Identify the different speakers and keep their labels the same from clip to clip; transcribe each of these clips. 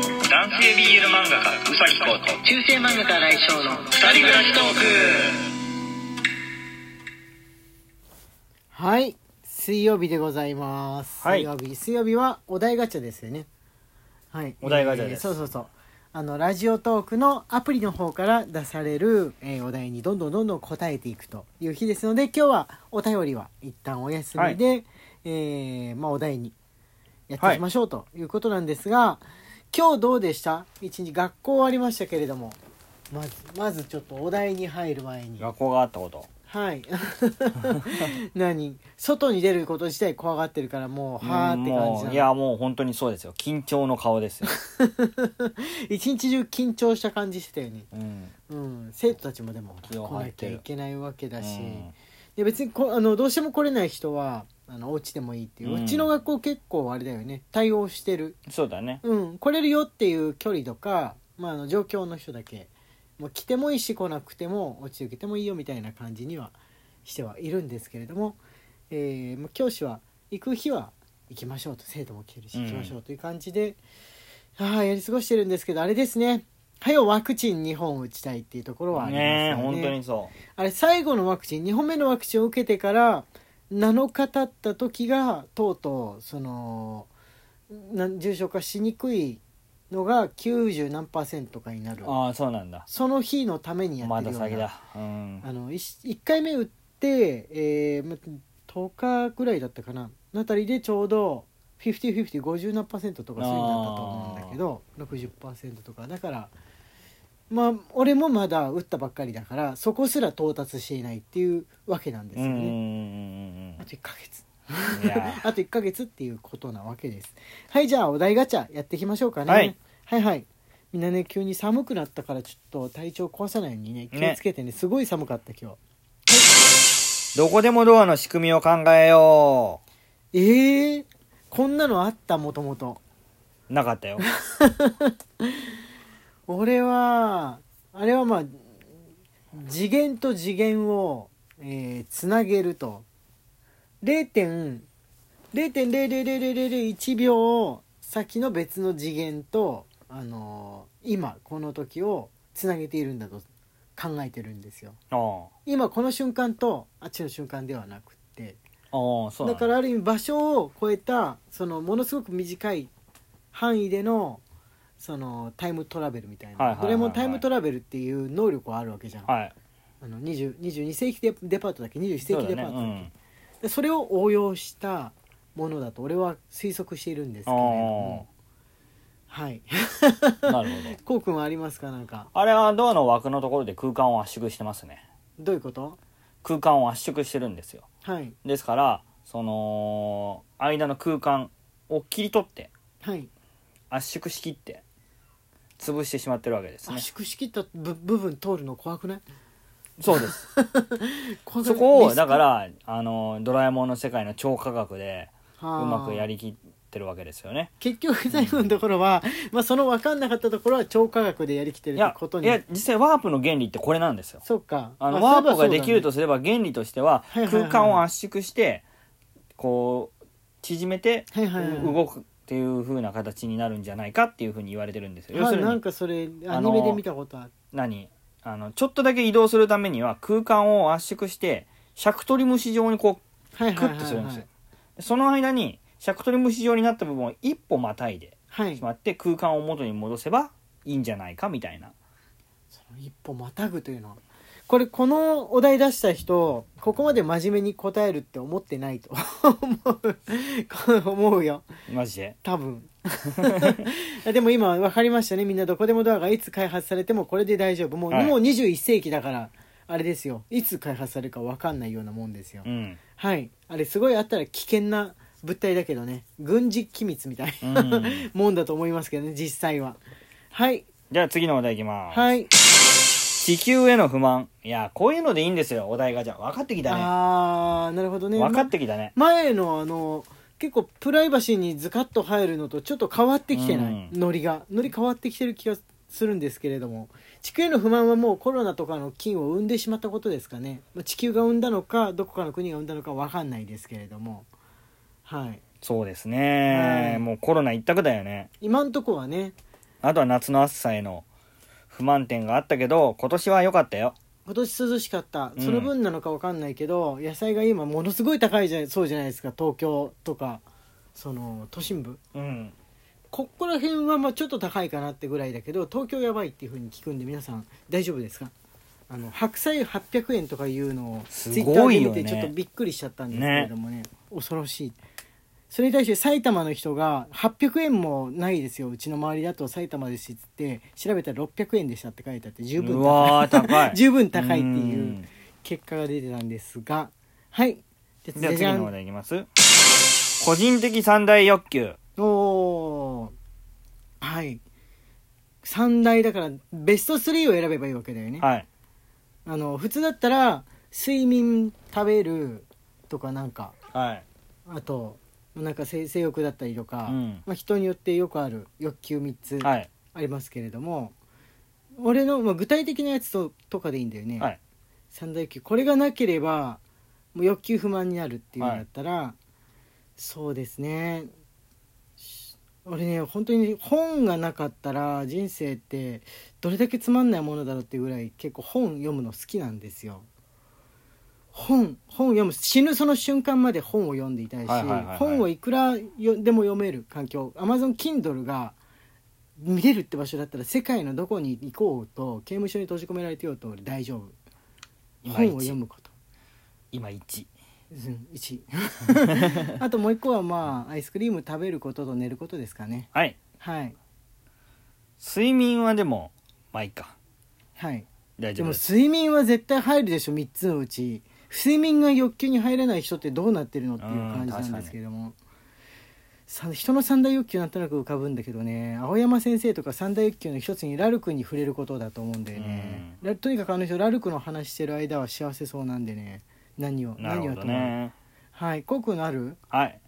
Speaker 1: 系 BL 漫画家うさぎこと
Speaker 2: 中世漫画家来翔の
Speaker 1: 二人暮らしトーク
Speaker 2: はい水曜日でございます、
Speaker 3: はい
Speaker 2: 水曜日水曜日はお題ガチャですよねはい
Speaker 3: お題ガチャです
Speaker 2: そうそうそうあのラジオトークのアプリの方から出される、えーお題にどんどんどんどん答えていくという日ですので今日はお便りは一旦お休みで、えーまあ、お題にやっていきましょうということなんですが、今日どうでした一日学校ありましたけれどもまずまずちょっとお題に入る前に
Speaker 3: 学校があったこと
Speaker 2: はい 何外に出ること自体怖がってるからもうはーって感じ
Speaker 3: も
Speaker 2: な
Speaker 3: う
Speaker 2: の
Speaker 3: いやもう本当にそうですよ緊張の 顔ですよ、
Speaker 2: 一日中緊張した感じしてたよね、
Speaker 3: うん
Speaker 2: うん、生徒たちもでも
Speaker 3: 気を
Speaker 2: 来
Speaker 3: 張
Speaker 2: な
Speaker 3: っ
Speaker 2: き
Speaker 3: て
Speaker 2: ゃ
Speaker 3: る
Speaker 2: いけないわけだし、
Speaker 3: うん
Speaker 2: で別にこあのどうしても来れない人はあのお家でもいいっていう、う
Speaker 3: うん
Speaker 2: ちの学校結構あれだよね対応してる、
Speaker 3: そうだね
Speaker 2: うん、来れるよっていう距離とか、まあ、あの状況の人だけもう来てもいいし来なくても落ち受けてもいいよみたいな感じにはしてはいるんですけれども、えーまあ教師は行く日は行きましょうと生徒も来てるし
Speaker 3: うん
Speaker 2: 行きましょうという感じで、ああやり過ごしてるんですけどあれですねはよワクチン2本打ちたいっていうところはありますよ
Speaker 3: ね
Speaker 2: ね
Speaker 3: え本当にそ
Speaker 2: あれ最後のワクチン2本目のワクチンを受けてから7日経った時がとうとうそのなん重症化しにくいのが90何パーセントかになる
Speaker 3: うああそうなんだ
Speaker 2: その日のためにや
Speaker 3: ま
Speaker 2: って
Speaker 3: だ
Speaker 2: るような、
Speaker 3: 先だうん
Speaker 2: あの 1, 回目打って、えーま10日ぐらいだったかなのあたりでちょうど5050何パーセントとかそういうのだったと思うんだけど60%とかだからまあ俺もまだ打ったばっかりだからそこすら到達していないっていうわけなんです
Speaker 3: うん
Speaker 2: よ
Speaker 3: うんうん
Speaker 2: ね。
Speaker 3: うん
Speaker 2: あと1ヶ月
Speaker 3: うんいや
Speaker 2: あと1ヶ月っていうことなわけです。はい、じゃあお題ガチャやっていきましょうかね。
Speaker 3: はい、
Speaker 2: はい、はいみんなね、急に寒くなったからちょっと体調壊さないようにね、気をつけてね、すごい寒かった今日。
Speaker 3: どこでもドアの仕組みを考えよ
Speaker 2: えー、こんなのあったもともと。
Speaker 3: うなか ったよ
Speaker 2: 俺は、あれはまあ、次元と次元を、えーつなげると。0. 0.00001秒先の別の次元と、あのー今この時をつなげているんだと考えてるんですよ。
Speaker 3: ああ
Speaker 2: 今この瞬間とあっちの瞬間ではなくって
Speaker 3: ああそう
Speaker 2: だ
Speaker 3: なん
Speaker 2: からある意味場所を超えたそのものすごく短い範囲でのそのタイムトラベルみたい
Speaker 3: はい
Speaker 2: な
Speaker 3: はいはいは
Speaker 2: ど
Speaker 3: い
Speaker 2: れもタイムトラベルっていう能力はあるわけじゃん、
Speaker 3: はい
Speaker 2: あの20 22世紀デデパートだっけ21世
Speaker 3: そう
Speaker 2: 紀デ
Speaker 3: だね
Speaker 2: パートだっけそ
Speaker 3: うん
Speaker 2: でそれを応用したものだと俺は推測しているんですけれどもはい
Speaker 3: ああなるほど
Speaker 2: こうくんはありますかなんか
Speaker 3: あれはドアの枠のところで空間を圧縮してますね
Speaker 2: どういうこと
Speaker 3: 空間を圧縮してるんですよ
Speaker 2: はい
Speaker 3: ですからその間の空間を切り取って
Speaker 2: はい
Speaker 3: 圧縮しきって潰してしまってるわけですね
Speaker 2: 圧縮しきった部部分通るの怖くない
Speaker 3: そうです
Speaker 2: こ
Speaker 3: そこをだからあのドラえもんの世界の超科学で
Speaker 2: う
Speaker 3: うまくやりきってるわけですよね
Speaker 2: 結局最後のところは、まあ、その分かんなかったところは超科学でやりきってる
Speaker 3: い
Speaker 2: って
Speaker 3: や
Speaker 2: こと
Speaker 3: い
Speaker 2: に
Speaker 3: や実際ワープの原理ってこれなんですよ
Speaker 2: そうか
Speaker 3: あの
Speaker 2: ま
Speaker 3: ワープができると
Speaker 2: そ
Speaker 3: すれば原理としては
Speaker 2: はいはいはい
Speaker 3: 空間を圧縮してこう縮めて
Speaker 2: うだねはいはいはい、
Speaker 3: 動くっていう風な形になるんじゃないかっていう風に言われてるんですよ要
Speaker 2: は
Speaker 3: す
Speaker 2: い
Speaker 3: る
Speaker 2: なん
Speaker 3: に
Speaker 2: かそれア
Speaker 3: あ
Speaker 2: ニ
Speaker 3: の
Speaker 2: メで見たことある
Speaker 3: 何あのちょっとだけ移動するためには空間を圧縮して尺取り虫状にこう
Speaker 2: はい
Speaker 3: ク
Speaker 2: はい
Speaker 3: ッと
Speaker 2: は
Speaker 3: す
Speaker 2: い
Speaker 3: るん
Speaker 2: は
Speaker 3: ですよ
Speaker 2: い、
Speaker 3: その間に尺取り虫状になった部分を一歩またいで
Speaker 2: はい
Speaker 3: しまって空間を元に戻せばいいんじゃないかみたいな
Speaker 2: その一歩またぐというのはこれこのお題出した人ここまで真面目に答えるって思ってないと 思うこう 思うよ
Speaker 3: マジで
Speaker 2: 多分 でも今分かりましたねみんなどこでもドアがいつ開発されてもこれで大丈夫もう,、
Speaker 3: はい
Speaker 2: もう21世紀だからあれですよいつ開発されるか分かんないようなもんですよ、
Speaker 3: うん
Speaker 2: はいあれすごいあったら危険な物体だけどね軍事機密みたい
Speaker 3: うん
Speaker 2: な、 もんだと思いますけどね実際ははい
Speaker 3: じゃあ次のお題いきます、
Speaker 2: はい
Speaker 3: 地球への不満いやこういうのでいいんですよお題がじゃあ分かってきたね
Speaker 2: ああなるほどね
Speaker 3: 分かってきたね
Speaker 2: 前のあの結構プライバシーにズカッと入るのとちょっと変わってきてない、
Speaker 3: う
Speaker 2: ノリがノリ変わってきてる気がするんですけれども地球への不満はもうコロナとかの菌を生んでしまったことですかねまあ地球が生んだのかどこかの国が生んだのかわかんないですけれどもはい
Speaker 3: そうですね、
Speaker 2: はい
Speaker 3: もうコロナ一択だよね
Speaker 2: 今んとこはね
Speaker 3: あとは夏の暑さへの不満点があったけど、今年は良かったよ。
Speaker 2: 今年涼しかった
Speaker 3: うん
Speaker 2: その分なのかわかんないけど、野菜が今ものすごい高いじゃないそうじゃないですか東京とかその都心部
Speaker 3: うん。
Speaker 2: ここら辺はまあちょっと高いかなってぐらいだけど東京やばいっていうふうに聞くんで皆さん大丈夫ですかあの白菜800円とかいうのを
Speaker 3: す
Speaker 2: ツイッター
Speaker 3: ご
Speaker 2: で
Speaker 3: いよ
Speaker 2: 見
Speaker 3: ね
Speaker 2: てちょっとびっくりしちゃったんですけれどもね恐ろしいそれに対して埼玉の人が800円もないですようちの周りだと埼玉ですって調べたら600円でしたって書いてあって十分
Speaker 3: うわー高い
Speaker 2: 十分高いって
Speaker 3: う
Speaker 2: いうん結果が出てたんですがはいじゃ
Speaker 3: じゃ
Speaker 2: じゃ
Speaker 3: あ
Speaker 2: じ
Speaker 3: 次
Speaker 2: ゃ
Speaker 3: の話
Speaker 2: ん
Speaker 3: 題いきます。個人的三大欲求。
Speaker 2: おーはい三大だからベスト3を選べばいいわけだよね、
Speaker 3: はい。
Speaker 2: あの普通だったら睡眠食べるとかなんか
Speaker 3: はい。
Speaker 2: あとなんか性性欲だったりとか、
Speaker 3: うん
Speaker 2: まあ、人によってよくある欲求3つ
Speaker 3: はい。
Speaker 2: ありますけれども、俺の、まあ、具体的なやつととかでいいんだよね、
Speaker 3: はい。
Speaker 2: 三大欲求これがなければもう欲求不満になるっていうんだったら、そうですねし俺ね本当に本がなかったら人生ってどれだけつまんないものだろうっていうぐらい結構本読むの好きなんですよ。本本を読む死ぬその瞬間まで本を読んでいたいし、
Speaker 3: はいはいはいはい
Speaker 2: 本をいくらよでも読める環境 AmazonKindle が見れるって場所だったら世界のどこに行こうと刑務所に閉じ込められてようと俺大丈夫
Speaker 3: 今
Speaker 2: 本を
Speaker 3: 一
Speaker 2: 読むこと、
Speaker 3: 今1。
Speaker 2: うん、1あともう一個はまあアイスクリーム食べることと寝ることですかね
Speaker 3: はい。
Speaker 2: はい
Speaker 3: 睡眠はでも、まあいいか。
Speaker 2: はいで
Speaker 3: 大丈夫
Speaker 2: も
Speaker 3: です。
Speaker 2: 睡眠は絶対入るでしょ3つのうち睡眠が欲求に入れない人ってどうなってるのっていう感じなんですけれどもさ人の三大欲求なんとなく浮かぶんだけどね青山先生とか三大欲求の一つにラルクに触れることだと思うんだよね、ラとにかくあの人ラルクの話してる間は幸せそうなんでね何を
Speaker 3: なる
Speaker 2: 何をと
Speaker 3: ほど
Speaker 2: も
Speaker 3: ね。
Speaker 2: はいコウ君ある
Speaker 3: はい。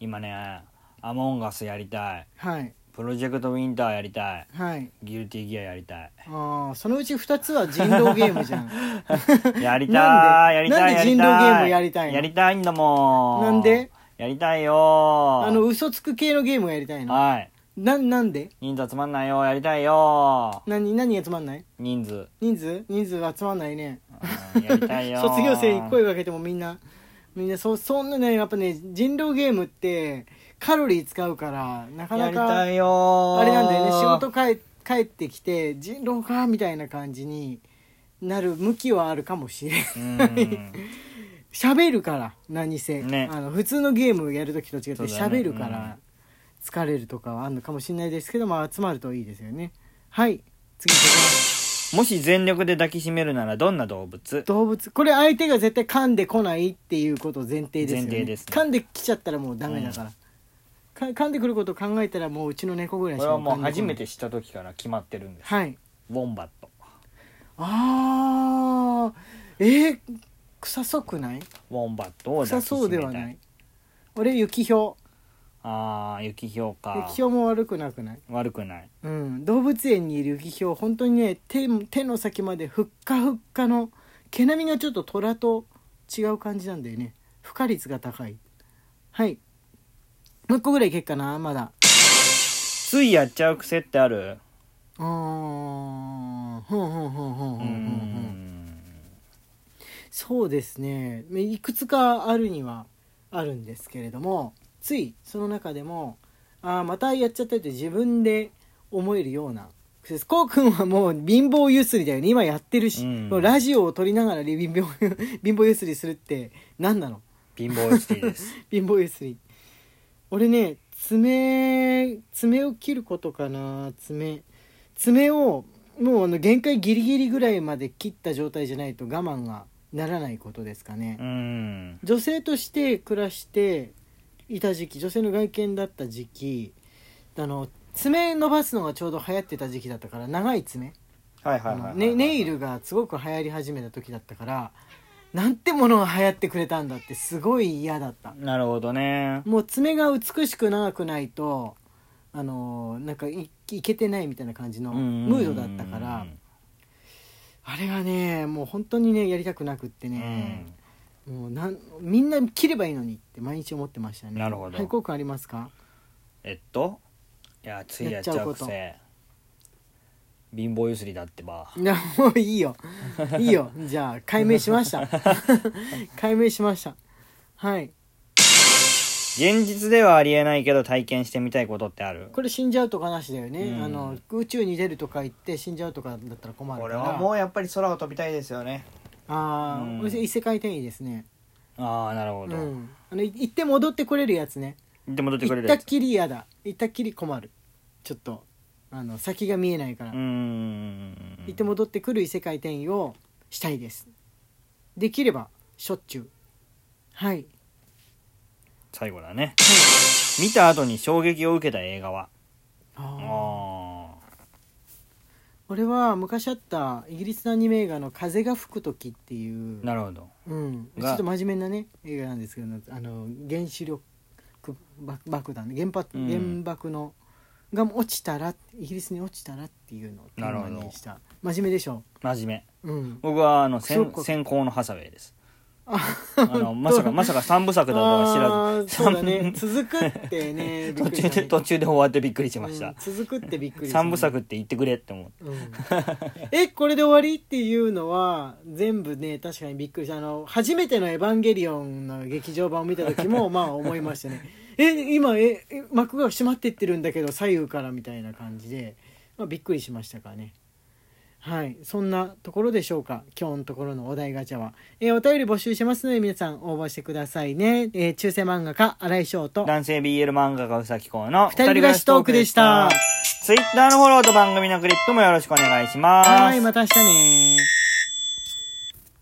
Speaker 3: 今ね、アモンガスやりたい。
Speaker 2: はい
Speaker 3: プロジェクトウィンターやりたい。
Speaker 2: はい
Speaker 3: ギルティギアやりたい。
Speaker 2: ああそのうち2つは人狼ゲームじゃん
Speaker 3: やり たい
Speaker 2: な
Speaker 3: や
Speaker 2: んで
Speaker 3: りたい
Speaker 2: なんで人
Speaker 3: りた
Speaker 2: 狼
Speaker 3: い
Speaker 2: ゲームやりたいの
Speaker 3: やりたいんだもん。
Speaker 2: なんで
Speaker 3: やりたいよ
Speaker 2: あの嘘つく系のゲームをやりたいの
Speaker 3: はい。
Speaker 2: ななんで
Speaker 3: 人数集まんないよやりたいよ
Speaker 2: 何何がつまんない
Speaker 3: 人数。
Speaker 2: 人数人数は集まんないね
Speaker 3: うんやりたいよ
Speaker 2: 卒業生に声かけてもみんなみんなそそんなねやっぱね人狼ゲームってカロリー使うからなか
Speaker 3: や
Speaker 2: な
Speaker 3: りた
Speaker 2: か
Speaker 3: いよ
Speaker 2: あれなんだよね仕事帰帰ってきて人狼かみたいな感じになる向きはあるかもしれん
Speaker 3: うん
Speaker 2: 喋るから何せ、
Speaker 3: ね
Speaker 2: あの普通のゲームやる時と違って
Speaker 3: そうだね
Speaker 2: 喋るから疲れるとかはあるのかもしれないですけど、まあ集まるといいですよねはい次行きます
Speaker 3: もし全力で抱きしめるならどんな動物
Speaker 2: 動物これ相手が絶対噛んでこないっていうこと前提ですよね
Speaker 3: 前提ですね
Speaker 2: 噛んできちゃったらもうダメだから、か噛んでくることを考えたらもううちの猫ぐらい
Speaker 3: こ
Speaker 2: しか
Speaker 3: れはもう
Speaker 2: 噛んでこ
Speaker 3: 初
Speaker 2: な
Speaker 3: め
Speaker 2: い
Speaker 3: て知った時から決まってるんです
Speaker 2: はい
Speaker 3: ウォンバット
Speaker 2: あーえー、臭そうくない
Speaker 3: ウォンバットを
Speaker 2: 臭
Speaker 3: 抱きし
Speaker 2: そう
Speaker 3: め
Speaker 2: で
Speaker 3: た
Speaker 2: はいない俺雪ひょ
Speaker 3: ああ雪ひょう
Speaker 2: う
Speaker 3: か
Speaker 2: 雪ひょうも悪くなくない
Speaker 3: 悪くない
Speaker 2: うん動物園にいる雪ひょう本当にね手手の先までふっかふっかの毛並みがちょっと虎と違う感じなんだよね孵化率が高いはいもう一個ぐらいいけっかなまだ
Speaker 3: ついやっちゃう癖ってある
Speaker 2: うーんふんふんふんふんふんふんふんそうですねめいくつかあるにはあるんですけれどもついその中でもあーまたやっちゃったって自分で思えるような癖ですこうくんはもう貧乏ゆすりだよね今やってるし、
Speaker 3: うん
Speaker 2: もうラジオを撮りながら貧乏 貧乏ゆすりするって何なの
Speaker 3: 貧乏エスティです
Speaker 2: 貧乏ゆすり俺ね爪爪を切ることかな爪爪をもうあの限界ギリギリぐらいまで切った状態じゃないと我慢がならないことですかね、
Speaker 3: うん
Speaker 2: 女性として暮らしていた時期女性の外見だった時期あの爪伸ばすのがちょうど流行ってた時期だったから長い爪
Speaker 3: はい
Speaker 2: あ
Speaker 3: はいはいはいは
Speaker 2: の
Speaker 3: い
Speaker 2: ねネイルがすごく流行り始めた時だったからなんてものが流行ってくれたんだってすごい嫌だった
Speaker 3: なるほどね
Speaker 2: もう爪が美しく長くないとあのーなんかいいけてないみたいな感じのムードだったからあれがねもう本当にねやりたくなくって
Speaker 3: うん
Speaker 2: ね、もうなんみんな切ればいいのにって毎日思ってましたね
Speaker 3: なるほど
Speaker 2: はい効果ありますか
Speaker 3: えっといやついやっちゃう
Speaker 2: やっちゃ
Speaker 3: 癖貧乏ゆすりだってば
Speaker 2: いやもういいよいいよじゃあ解明しました 解明しましたはい
Speaker 3: 現実ではありえないけど体験してみたいことってある
Speaker 2: これ死んじゃうとかなしだよね、
Speaker 3: うん
Speaker 2: あの宇宙に出るとか言って死んじゃうとかだったら困る
Speaker 3: こ
Speaker 2: か
Speaker 3: れ
Speaker 2: ら
Speaker 3: はもうやっぱり空を飛びたいですよね
Speaker 2: ああ、
Speaker 3: うん
Speaker 2: これ異世界転移ですね
Speaker 3: ああなるほ
Speaker 2: う
Speaker 3: ど、
Speaker 2: んあのい行って戻ってこれるやつね
Speaker 3: で戻ってく
Speaker 2: 行
Speaker 3: れ
Speaker 2: っ
Speaker 3: る
Speaker 2: た
Speaker 3: や
Speaker 2: っ
Speaker 3: つ
Speaker 2: きり嫌だ行ったっきり困るちょっとあの先が見えないから、
Speaker 3: うーん
Speaker 2: 行って戻ってくる異世界転移をしたいですできればしょっちゅうはい
Speaker 3: 最後だね見た後に衝撃を受けた映画は
Speaker 2: ああ
Speaker 3: あ
Speaker 2: 俺は昔あったイギリスのアニメ映画の「風が吹く時」っていう
Speaker 3: あなるほど
Speaker 2: うん、ち
Speaker 3: が
Speaker 2: ょっと真面目なね映画なんですけどあの原子力爆爆弾原発、
Speaker 3: うん
Speaker 2: 原爆のが落ちたらイギリスに落ちたらっていうのをテーマにした真面目でしょ、
Speaker 3: 真面目
Speaker 2: うん、
Speaker 3: 僕はあの
Speaker 2: そ
Speaker 3: 先
Speaker 2: うか
Speaker 3: 先行のハサウェイです
Speaker 2: あ
Speaker 3: あのまさかまさか三部作だとは知ら
Speaker 2: あーそうだ ね続くってねびっ
Speaker 3: ず
Speaker 2: くり
Speaker 3: 途
Speaker 2: した
Speaker 3: 中
Speaker 2: ね
Speaker 3: で途中で終わってびっくりしまし
Speaker 2: う
Speaker 3: た
Speaker 2: ん、続くってびっくりした
Speaker 3: 三部作って言ってくれって思って
Speaker 2: うんえこれで終わりっていうのは全部ね確かにびっくりしたあの初めての「エヴァンゲリオン」の劇場版を見た時 もまあ思いましたねえ今ええ幕が閉まってってるんだけど左右からみたいな感じで、まあ、びっくりしましたからねはいそんなところでしょうか今日のところのお題ガチャは、えーお便り募集してますので皆さん応募してくださいね、えー中世漫画家新井翔と
Speaker 3: 男性 BL 漫画家うさきこうの
Speaker 2: 二人暮らしトークでした
Speaker 3: ツイッターのフォローと番組のクリップもよろしくお願いします。
Speaker 2: はいまた明日ね